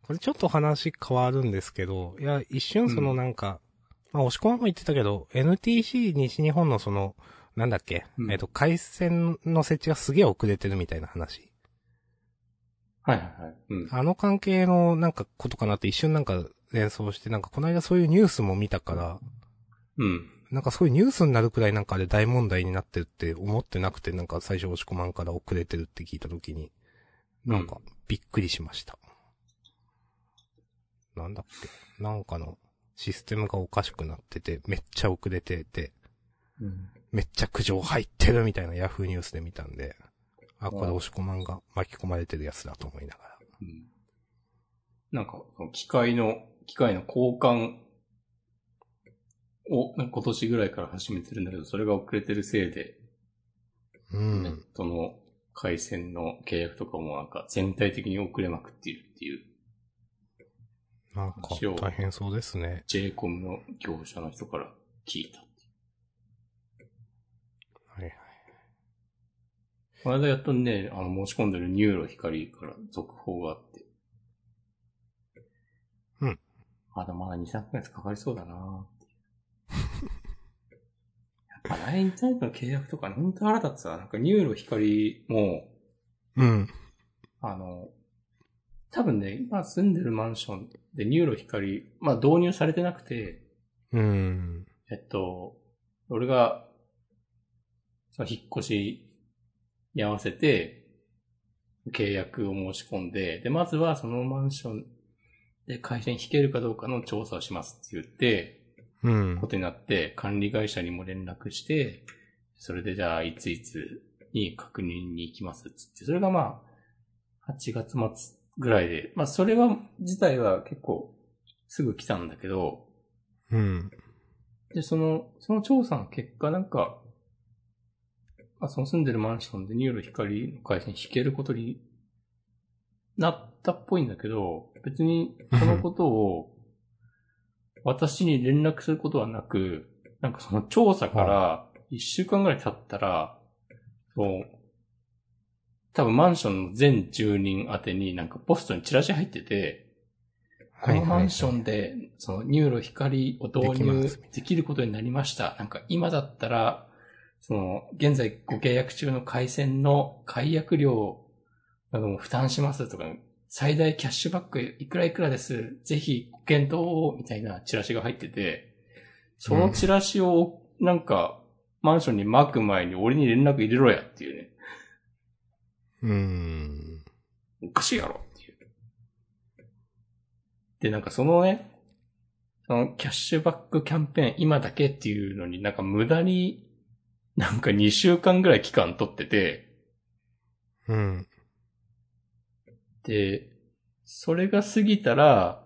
これちょっと話変わるんですけど、いや、一瞬そのなんか、まあ、押し込みも言ってたけど、NTC 西日本のその、なんだっけ、うんえっと、回線の設置がすげえ遅れてるみたいな話。はいはいはい。うん。あの関係のなんかことかなって一瞬なんか連想して、なんかこの間そういうニュースも見たから、うん。なんかそういうニュースになるくらいなんかあれ大問題になってるって思ってなくて、なんか最初押し込まんから遅れてるって聞いた時に、なんかびっくりしました。なんだっけなんかのシステムがおかしくなってて、めっちゃ遅れてて、うん。めっちゃ苦情入ってるみたいなヤフーニュースで見たんで、あ、これ押し込まんが巻き込まれてるやつだと思いながら。うんなんか、その機械の、機械の交換を、なんか今年ぐらいから始めてるんだけど、それが遅れてるせいで、うネんッ。トの回線の契約とかもなんか全体的に遅れまくっているっていう、なんか大変そうですね。 JCOM の業者の人から聞いた。はいはい。この間やっとね、あの、申し込んでるニューロ光から続報があって。うん。まだまだ2、3ヶ月かかりそうだなやっぱ LINE タイプの契約とかね、ほんと腹立つわ。なんかニューロ光も、うん。あの、多分ね、今住んでるマンションでニューロ光、まあ導入されてなくて、うん。えっと、俺が、その引っ越しに合わせて、契約を申し込んで、で、まずはそのマンションで会社に引けるかどうかの調査をしますって言って、うんこ。とになって、管理会社にも連絡して、それでじゃあ、いついつに確認に行きますっつって、それがまあ、8月末ぐらいで、まあ、それは、自体は結構、すぐ来たんだけど、うん。で、その、その調査の結果、なんか、あその住んでるマンションでニューロ光の会社に引けることになったっぽいんだけど、別にそのことを私に連絡することはなく、なんかその調査から1週間ぐらい経ったら、そう、多分マンションの全住人宛てになんかポストにチラシ入ってて、このマンションで、そのニューロ光を導できま入すできることになりました。なんか今だったら、その、現在ご契約中の回線の解約料なども負担しますとか、最大キャッシュバックいくらいくらです。ぜひご検討を、みたいなチラシが入ってて、そのチラシを、なんか、マンションに巻く前に俺に連絡入れろやっていうね。うん。おかしいやろっていう。で、なんかそのね、そのキャッシュバックキャンペーン今だけっていうのになんか無駄になんか2週間ぐらい期間取ってて、うん。で、それが過ぎたら、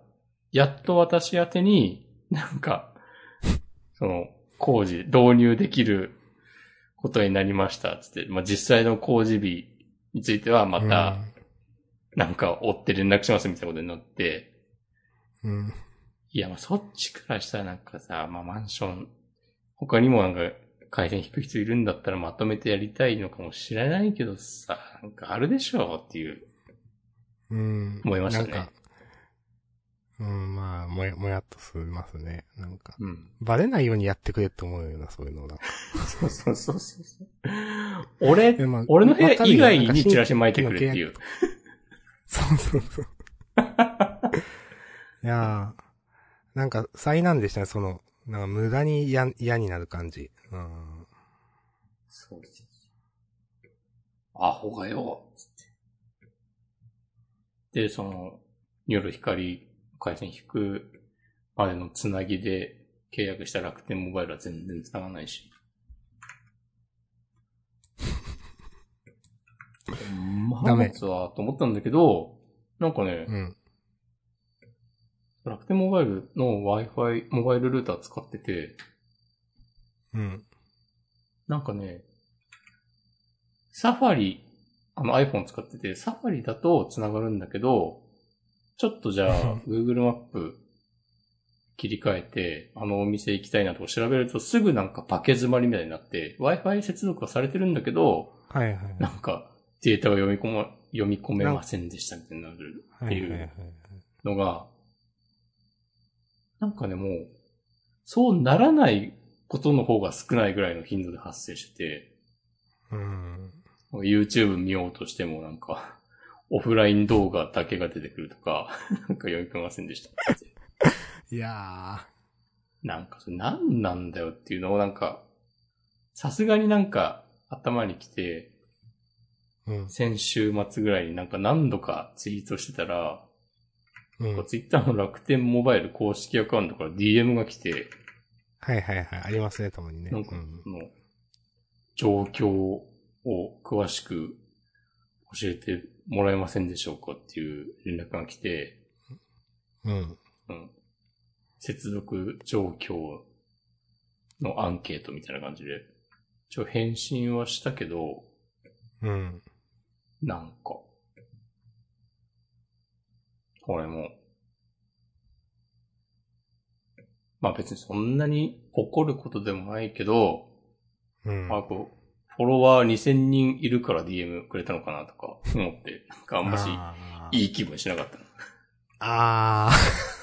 やっと私宛てになんか、その工事導入できることになりましたっつって、まあ、実際の工事日についてはまた、なんか追って連絡しますみたいなことになって、うん。いや、まあ、そっちからしたらなんかさ、まあ、マンション、他にもなんか、回線引く人いるんだったらまとめてやりたいのかもしれないけどさ、なんかあるでしょうっていう。うん。思いましたねなんか、うん、まあ、もや、もやっとしますね。なんか、うん。バレないようにやってくれって思うような、そうい [laughs] うの。なんかそうそうそうそう。俺いやまあ、俺の部屋以外にチラシ巻い巻てくれっていう。。そうそ [laughs] うそう。いやー、なんか、災難でしたね、その、なんか無駄に嫌、嫌になる感じ。うん。そうそうアホがよ、つって。で、その、ニューロ光回線引くまでのつなぎで契約した楽天モバイルは全然繋がないし。ほんまダメやつはと思ったんだけど、なんかね、うん。楽天モバイルの Wi-Fi、モバイルルーター使ってて、うん。なんかね、サファリ、あの iPhone 使ってて、サファリだと繋がるんだけど、ちょっとじゃあ Google マップ切り替えて、あのお店行きたいなとか調べるとすぐなんかパケ詰まりみたいになって、Wi-Fi 接続はされてるんだけど、はいはい。なんかデータが読み込ま、読み込めませんでしたみたいになる。はっていいうはいはい。のが、なんかね、もう、そうならないことの方が少ないぐらいの頻度で発生してて、うん。 YouTube 見ようとしてもなんか、 [laughs] オフライン動画だけが出てくるとか、 [laughs] なんか読み込めませんでした。いやなんかそれ何なんだよっていうのをなんか、さすがになんか頭に来て、ー。うん。先週末ぐらいになんか何度かツイートしてたら、うん。はいツイッターの楽天モバイル公式アカウントから DM が来て、はいはい。ありますね、たまにね。なんか、うんその、状況を詳しく教えてもらえませんでしょうかっていう連絡が来て、うん。うん、接続状況のアンケートみたいな感じで、一応返信はしたけど、うん。なんか、これも、まあ別にそんなに怒ることでもないけど、うん。あ、こう、フォロワー2000人いるから DM くれたのかなとか思って、なんかあんましあーいい気分しなかったな。あー。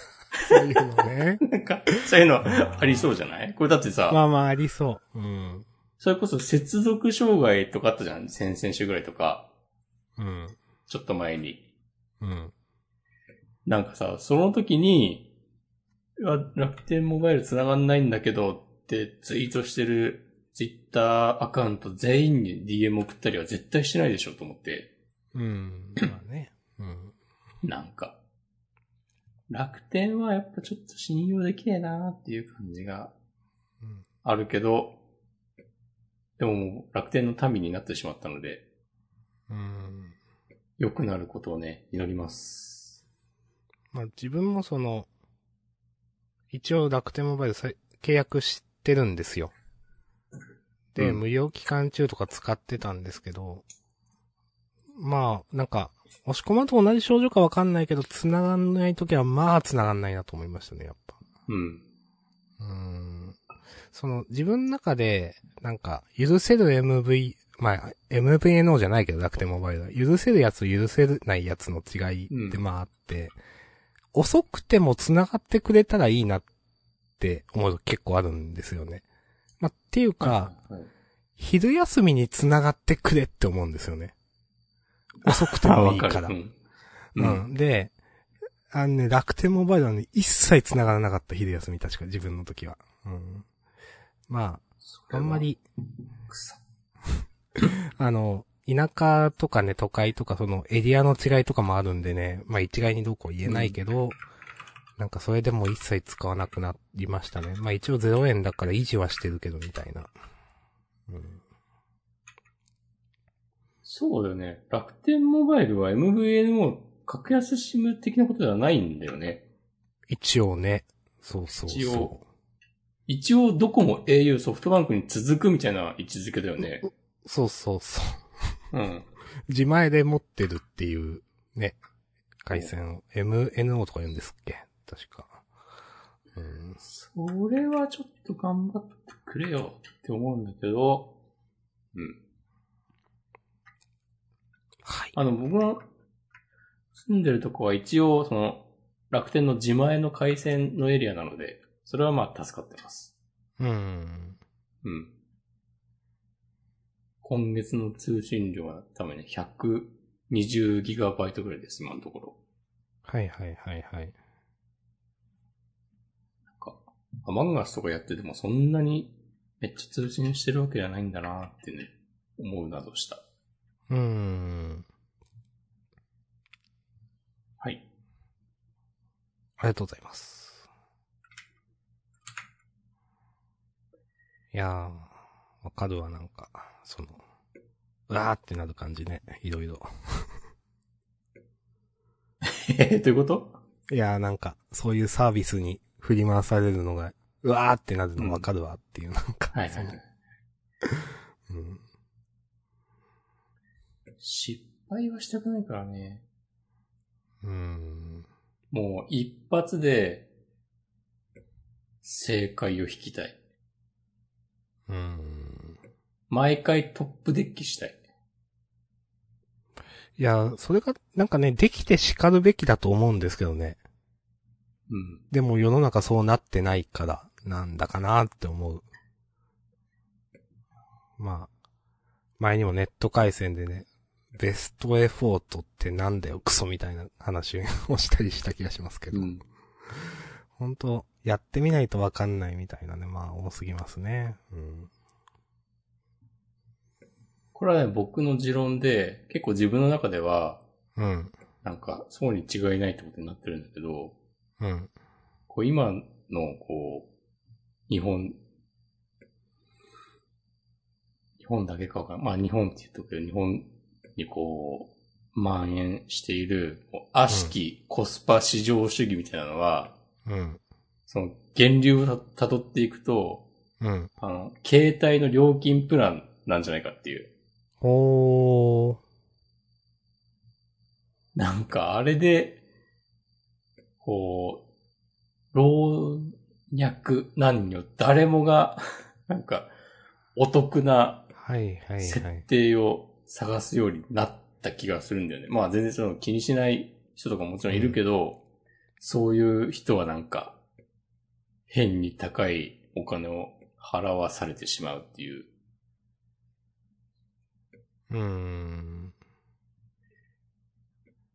そういうのね。 [laughs] なんか、そういうのあーはありそうじゃないこれだってさ、まあまあ、ありそう。うん。それこそ接続障害とかあったじゃん先々週ぐらいとか、うん。ちょっと前に。うん。なんかさ、その時に、うわ楽天モバイル繋がんないんだけどってツイートしてるツイッターアカウント全員に DM 送ったりは絶対しないでしょと思って。うん。まあね。うん。なんか。楽天はやっぱちょっと信用できねえなーっていう感じがうんあるけど、でももう楽天の民になってしまったので、うん。良くなることをね、祈ります。まあ自分もその、一応楽天モバイルさい契約してるんですよ。で、うん無料期間中とか使ってたんですけど、まあ、なんか、押し込まんと同じ症状かわかんないけど、繋がんないときは、まあ、繋がんないなと思いましたね、やっぱ。うん。うーんその、自分の中で、なんか、許せる MV、まあ、MVNO じゃないけど、楽天モバイルは。許せるやつと許せないやつの違いって、うんまああって、遅くても繋がってくれたらいいなって思うと結構あるんですよね。まあ、っていうか、はい、昼休みに繋がってくれって思うんですよね。遅くてもいい [laughs] からう。ん。う。うんん。で、あのね、楽天モバイルはね、一切繋がらなかった、昼休み、確か、自分の時は。うん。まあ、あんまり、くそ。あの、田舎とかね、都会とか、その、エリアの違いとかもあるんでね、まあ一概にどうこう言えないけど、なんかそれでも一切使わなくなりましたね。まあ一応0円だから維持はしてるけど、みたいな。うん。そうだよね。楽天モバイルは MVNO 格安 SIM 的なことではないんだよね。一応ね、そうそうそう。一応一応どこも au ソフトバンクに続くみたいな位置づけだよね。そうそうそう。うん。自前で持ってるっていう、ね、回線を、MNO とか言うんですっけ確か。うん。それはちょっと頑張ってくれよって思うんだけど、うん。はい。あの、僕の住んでるとこは一応、その、楽天の自前の回線のエリアなので、それはまあ助かってます。うん。うん。今月の通信量はために 120GB ぐらいです、今のところ。はいはいはいはい。なんか、アマンガスとかやっててもそんなにめっちゃ通信してるわけじゃないんだなってね、思うなどした。うん。はい。 [laughs] ありがとうございます。いやー、わかるわ、なんか、その、うわーってなる感じね、いろいろ。えー、ということいやーなんか、そういうサービスに振り回されるのが、うわーってなるのわかるわっていう、なんか、はいはそいのはい。うん。失敗はしたくないからね。うん。もう一発で、正解を引きたい。うん。毎回トップデッキしたい。いや、それが、なんかね、できて叱るべきだと思うんですけどね。うん。でも世の中そうなってないから、なんだかなって思う。まあ、前にもネット回線でね、ベストエフォートってなんだよ、クソみたいな話をしたりした気がしますけど。うん。本当やってみないとわかんないみたいなね、まあ多すぎますね。うん。これはね、僕の持論で、結構自分の中では、うん。なんか、そうに違いないってことになってるんだけど、うん。こう今の、こう、日本、日本だけかわからん。まあ日本って言っとくけど、日本にこう、蔓延している、こう悪しきコスパ市場主義みたいなのは、うん。その源流をた辿っていくと、うん。あの、携帯の料金プランなんじゃないかっていう。おー。 [laughs] なんかあれで、こう、老若男女誰もが、 [laughs] なんか、お得なはいはい設はい。定を探すようになった気がするんだよね。まあ全然その気にしない人とかもちろんいるけど、そういう人はなんか、変に高いお金を払わされてしまうっていう。うーん。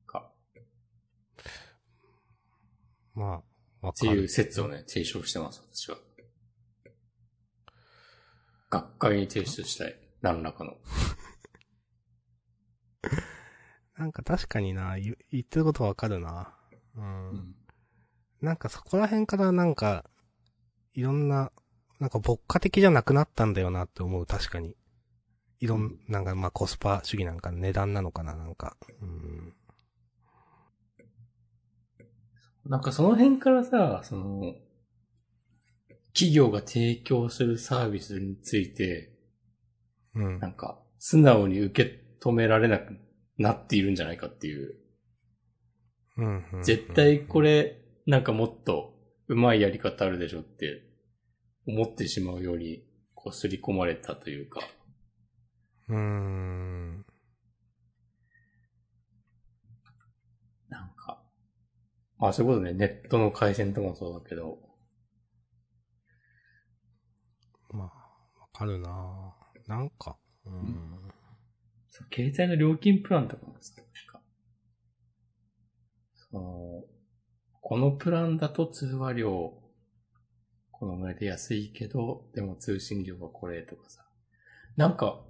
か、まあ、わってかいうる。説をね、提唱してます、私は。学会に提出したい。何らかの。なんか確かにな、言言ってることわかるな。うん。なんかそこら辺からなんか、いろんな、なんか牧歌的じゃなくなったんだよなって思う、確かに。いろん、なんかまあコスパ主義なんか値段なのかな、なんか。うん。なんかその辺からさ、その、企業が提供するサービスについて、うんな。んか、素直に受け止められなくなっているんじゃないかっていう。うん。うん絶対こ。れ、なんかもっと上手いやり方あるでしょって思ってしまうように、こう、刷り込まれたというか。うーん。なんか、まあそういうことね、ネットの回線とかもそうだけど、まあ、わかるななんか。うん。そう携帯の料金プランとかもさ、なんか、その、このプランだと通話料、このぐらいで安いけど、でも通信料はこれとかさ、なんか、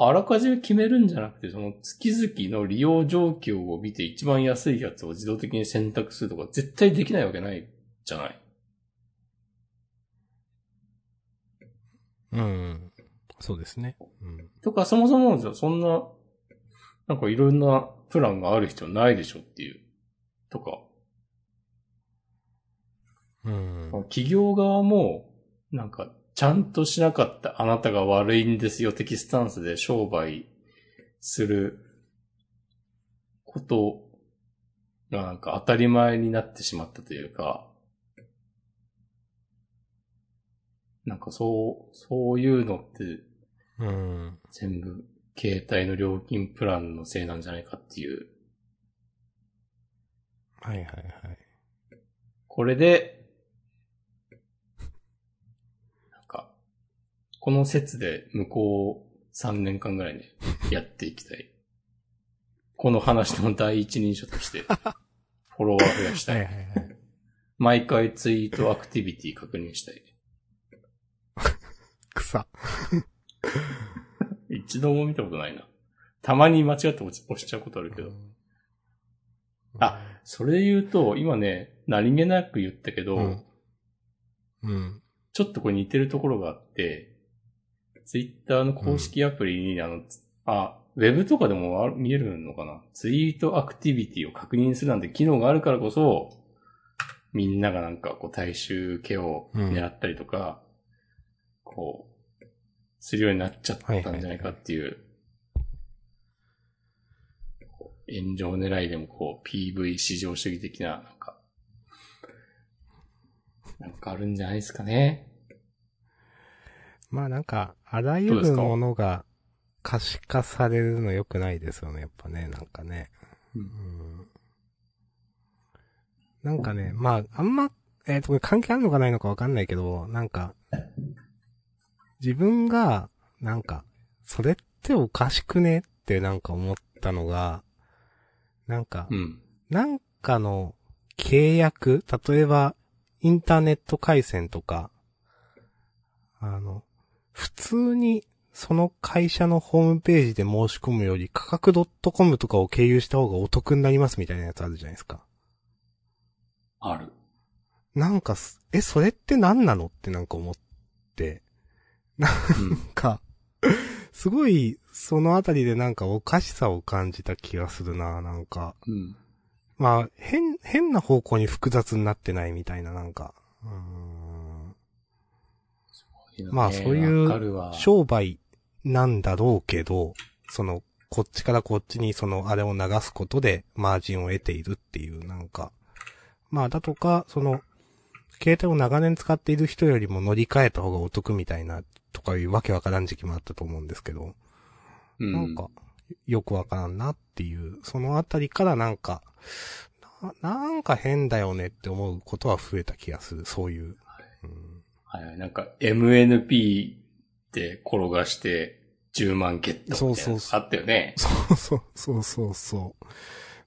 あらかじめ決めるんじゃなくて、その月々の利用状況を見て一番安いやつを自動的に選択するとか絶対できないわけないじゃない。うん。そうですね。うん。とか、そもそもじゃあそんな、なんかいろんなプランがある必要ないでしょっていう。とか、うん。企業側も、なんか、ちゃんとしなかったあなたが悪いんですよ的スタンスで商売することがなんか当たり前になってしまったというか、なんかそう、そういうのってうん。全部携帯の料金プランのせいなんじゃないかっていう。はいはいはい。これで、なんか、この説で向こう3年間ぐらいね、やっていきたい。この話の第一人者として、フォロワー増やしたはいはいい。はい。毎回ツイートアクティビティ確認したい。草。一度も見たことないな。たまに間違って押し押しちゃうことあるけど。あ、それで言うと、今ね、何気なく言ったけど、うんうん。ちょっとこれ似てるところがあって、ツイッターの公式アプリに、あの、つあ、ウェブとかでもあ見えるのかなツイートアクティビティを確認するなんて機能があるからこそ、みんながなんかこう大衆系を狙ったりとか、こう、するようになっちゃったんじゃないかっていう。こう炎上狙いでもこう、PV 市場主義的な、なんか、なんかあるんじゃないですかね。まあなんか、あらゆどうでするかものが可視化されるの良くないですよね、やっぱね、なんかね。うんんなんかね、まあ、あんま、えっ、と、これ関係あるのかないのかわかんないけど、なんか、自分が、なんか、それっておかしくねってなんか思ったのが、なんか、うん。なんかの契約、例えば、インターネット回線とか、あの、普通にその会社のホームページで申し込むより価格 .com とかを経由した方がお得になりますみたいなやつあるじゃないですか。あ [laughs] る。なんかす、え、それって何なのってなんか思って、うん。なんか、すごい、そのあたりでなんかおかしさを感じた気がするな、なんか。うん。まあ、変、変な方向に複雑になってないみたいな、なんか。うーん。まあそういうわかるわ。商売なんだろうけど、その、こっちからこっちにその、あれを流すことでマージンを得ているっていう、なんか。まあ、だとか、その、携帯を長年使っている人よりも乗り換えた方がお得みたいな、とかいうわけわからん時期もあったと思うんですけど。うんなんか、よくわからんなっていう、そのあたりからなんか、ななんか変だよねって思うことは増えた気がする、そういう。うんはいはい。なんか、MNP で転がして10万ゲットみたいな。そうそうそうあったよね。そうそう、そうそうそ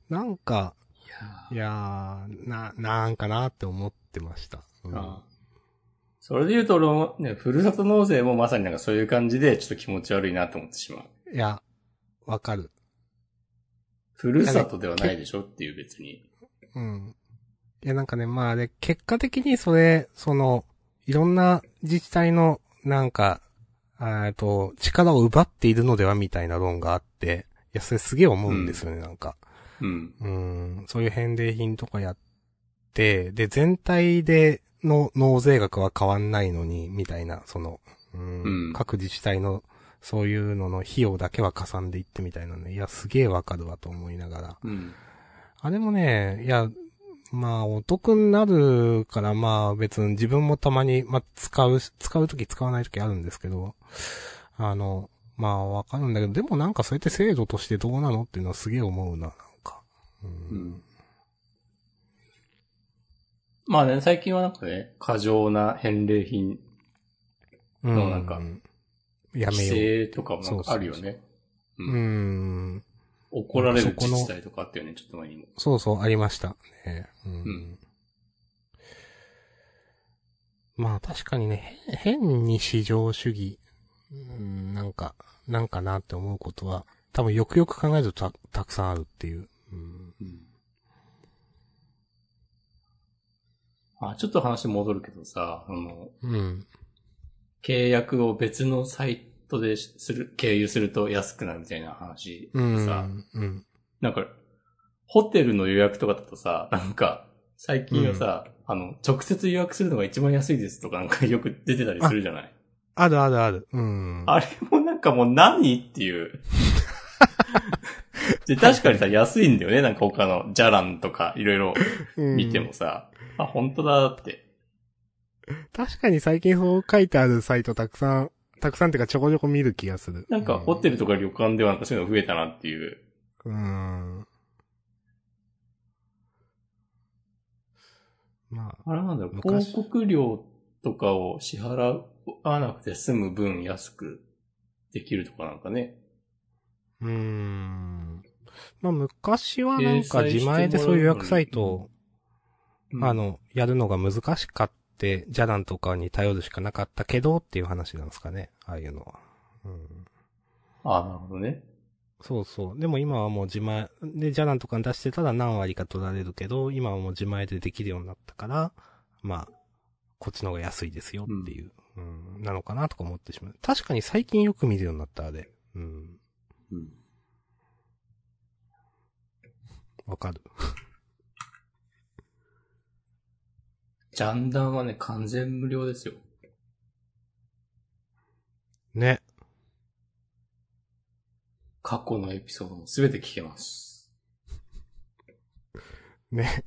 う。なんか、いやーいやー、な、なんかなって思ってました。うんああそれで言うと、俺もね、ふるさと納税もまさになんかそういう感じで、ちょっと気持ち悪いなと思ってしまう。いや、わかる。ふるさとではないでしょっていう別に。うん。いや、なんかね、まあ、あれ、結果的にそれ、その、いろんな自治体の、なんか、あーえっと、力を奪っているのではみたいな論があって、いや、それすげえ思うんですよね、なんか。うん。うん、そういう返礼品とかやって、で、全体での納税額は変わんないのに、みたいな、その、うん、うん各自治体の、そういうのの費用だけは加算でいってみたいなね、いや、すげえわかるわと思いながら。うん。あれもね、いや、まあ、お得になるから、まあ別に自分もたまに、まあ使う、使うとき使わないときあるんですけど、あの、まあわかるんだけど、でもなんかそうやって制度としてどうなのっていうのはすげえ思うな、なんか。う。うんん。まあね、最近はなんかね、過剰な返礼品、うそうなんかや規めよ制とかもなんかあるよそうそね。う。うん。怒られる自治体とかあったよね、ちょっと前にも。そうそう、ありましたね。うん。んまあ確かにね、変変に市場主義、うん、なんか、なんかなって思うことは、多分よくよく考えるとたたくさんあるっていう。うん、うん。あ、ちょっと話戻るけどさ、あの、うん。契約を別のサイトでする、経由すると安くなるみたいな話でうん。さ、うん。なんか、ホテルの予約とかだとさ、なんか、最近はさ、あの、直接予約するのが一番安いですとかなんかよく出てたりするじゃないあるあるある。うん。あれもなんかもう何って [laughs] いう。で、確かにさ、安いんだよね。なんか他の、ジャランとか、いろいろうん見ても。さ、あ、本当だって。確かに最近そう書いてあるサイトたくさん、たくさんっていうかちょこちょこ見る気がする。なんか、ホル。テルとか旅館ではなんかそういうの増えたなっていう。うん。まあ、あれなんだろう、昔広告料とかを支払わなくて済む分安くできるとかなんかね。うーん。まあ、昔はなんか自前でそういう予約サイトを、うんあ、の、やるのが難しかって、ジャランとかに頼るしかなかったけどっていう話なんですかね。ああいうのは。うん。あなるほどね。そうそう。でも今はもう自前、で、ジャランとかに出してたら何割か取られるけど、今はもう自前でできるようになったから、まあ、こっちの方が安いですよっていう、うん、なのかなとか思ってしまう。確かに最近よく見るようになった、あれ。うん。うん。わかる。ジャンダンはね、完全無料ですよ。ね。過去のエピソードもすべて聞けます。ね。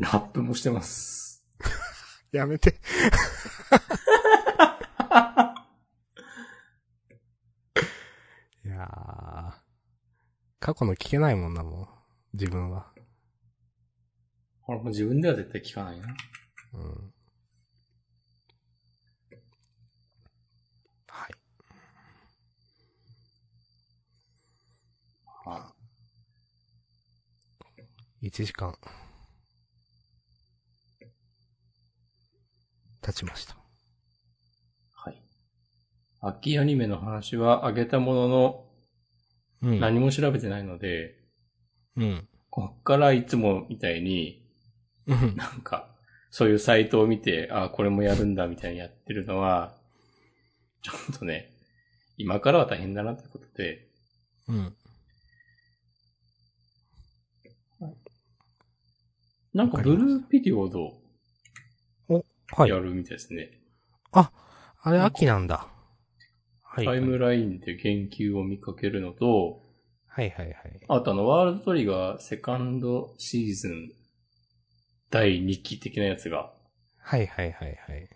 ラップもしてます。やめて。いやー。過去の聞けないもんな、もう。自分は。これも自分では絶対聞かないな。うん。はい。あ1時間。経ちました。はい。秋アニメの話はあげたものの、うん何も調べてないので、うん。こっからいつもみたいに、うん。なんか、そういうサイトを見て、あこれもやるんだみたいにやってるのは、ちょっとね、今からは大変だなってことで、うん。なんかわかブりまルしーピリオドをはいや。るみたいですね。あれ、秋なんだ。はい。タイムはいラインで言及を見かけるのと、はいはい。あとあの、ワールドトリガーセカンドシーズン第2期的なやつが、はいはいはいはい。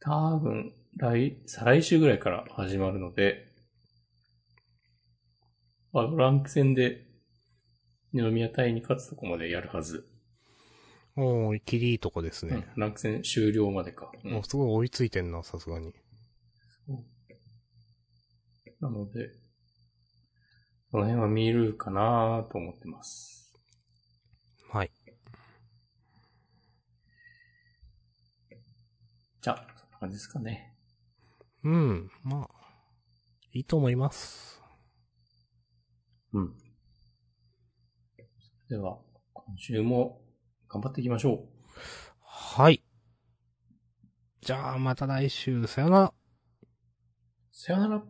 多分、来、再来週ぐらいから始まるので、まあ、ドランク戦で、二宮隊に勝つとこまでやるはず。おー、きりいいとこですうんね。ドランク戦終了までか。うんもうすごい追いついてんな、さすがに。なので、この辺は見るかなと思ってます。はい。じゃあ、そんな感じですかね。うん。まあ、いいと思います。うん。では、今週も頑張っていきましょう。はい。じゃあ、また来週、さよなら。さよなら。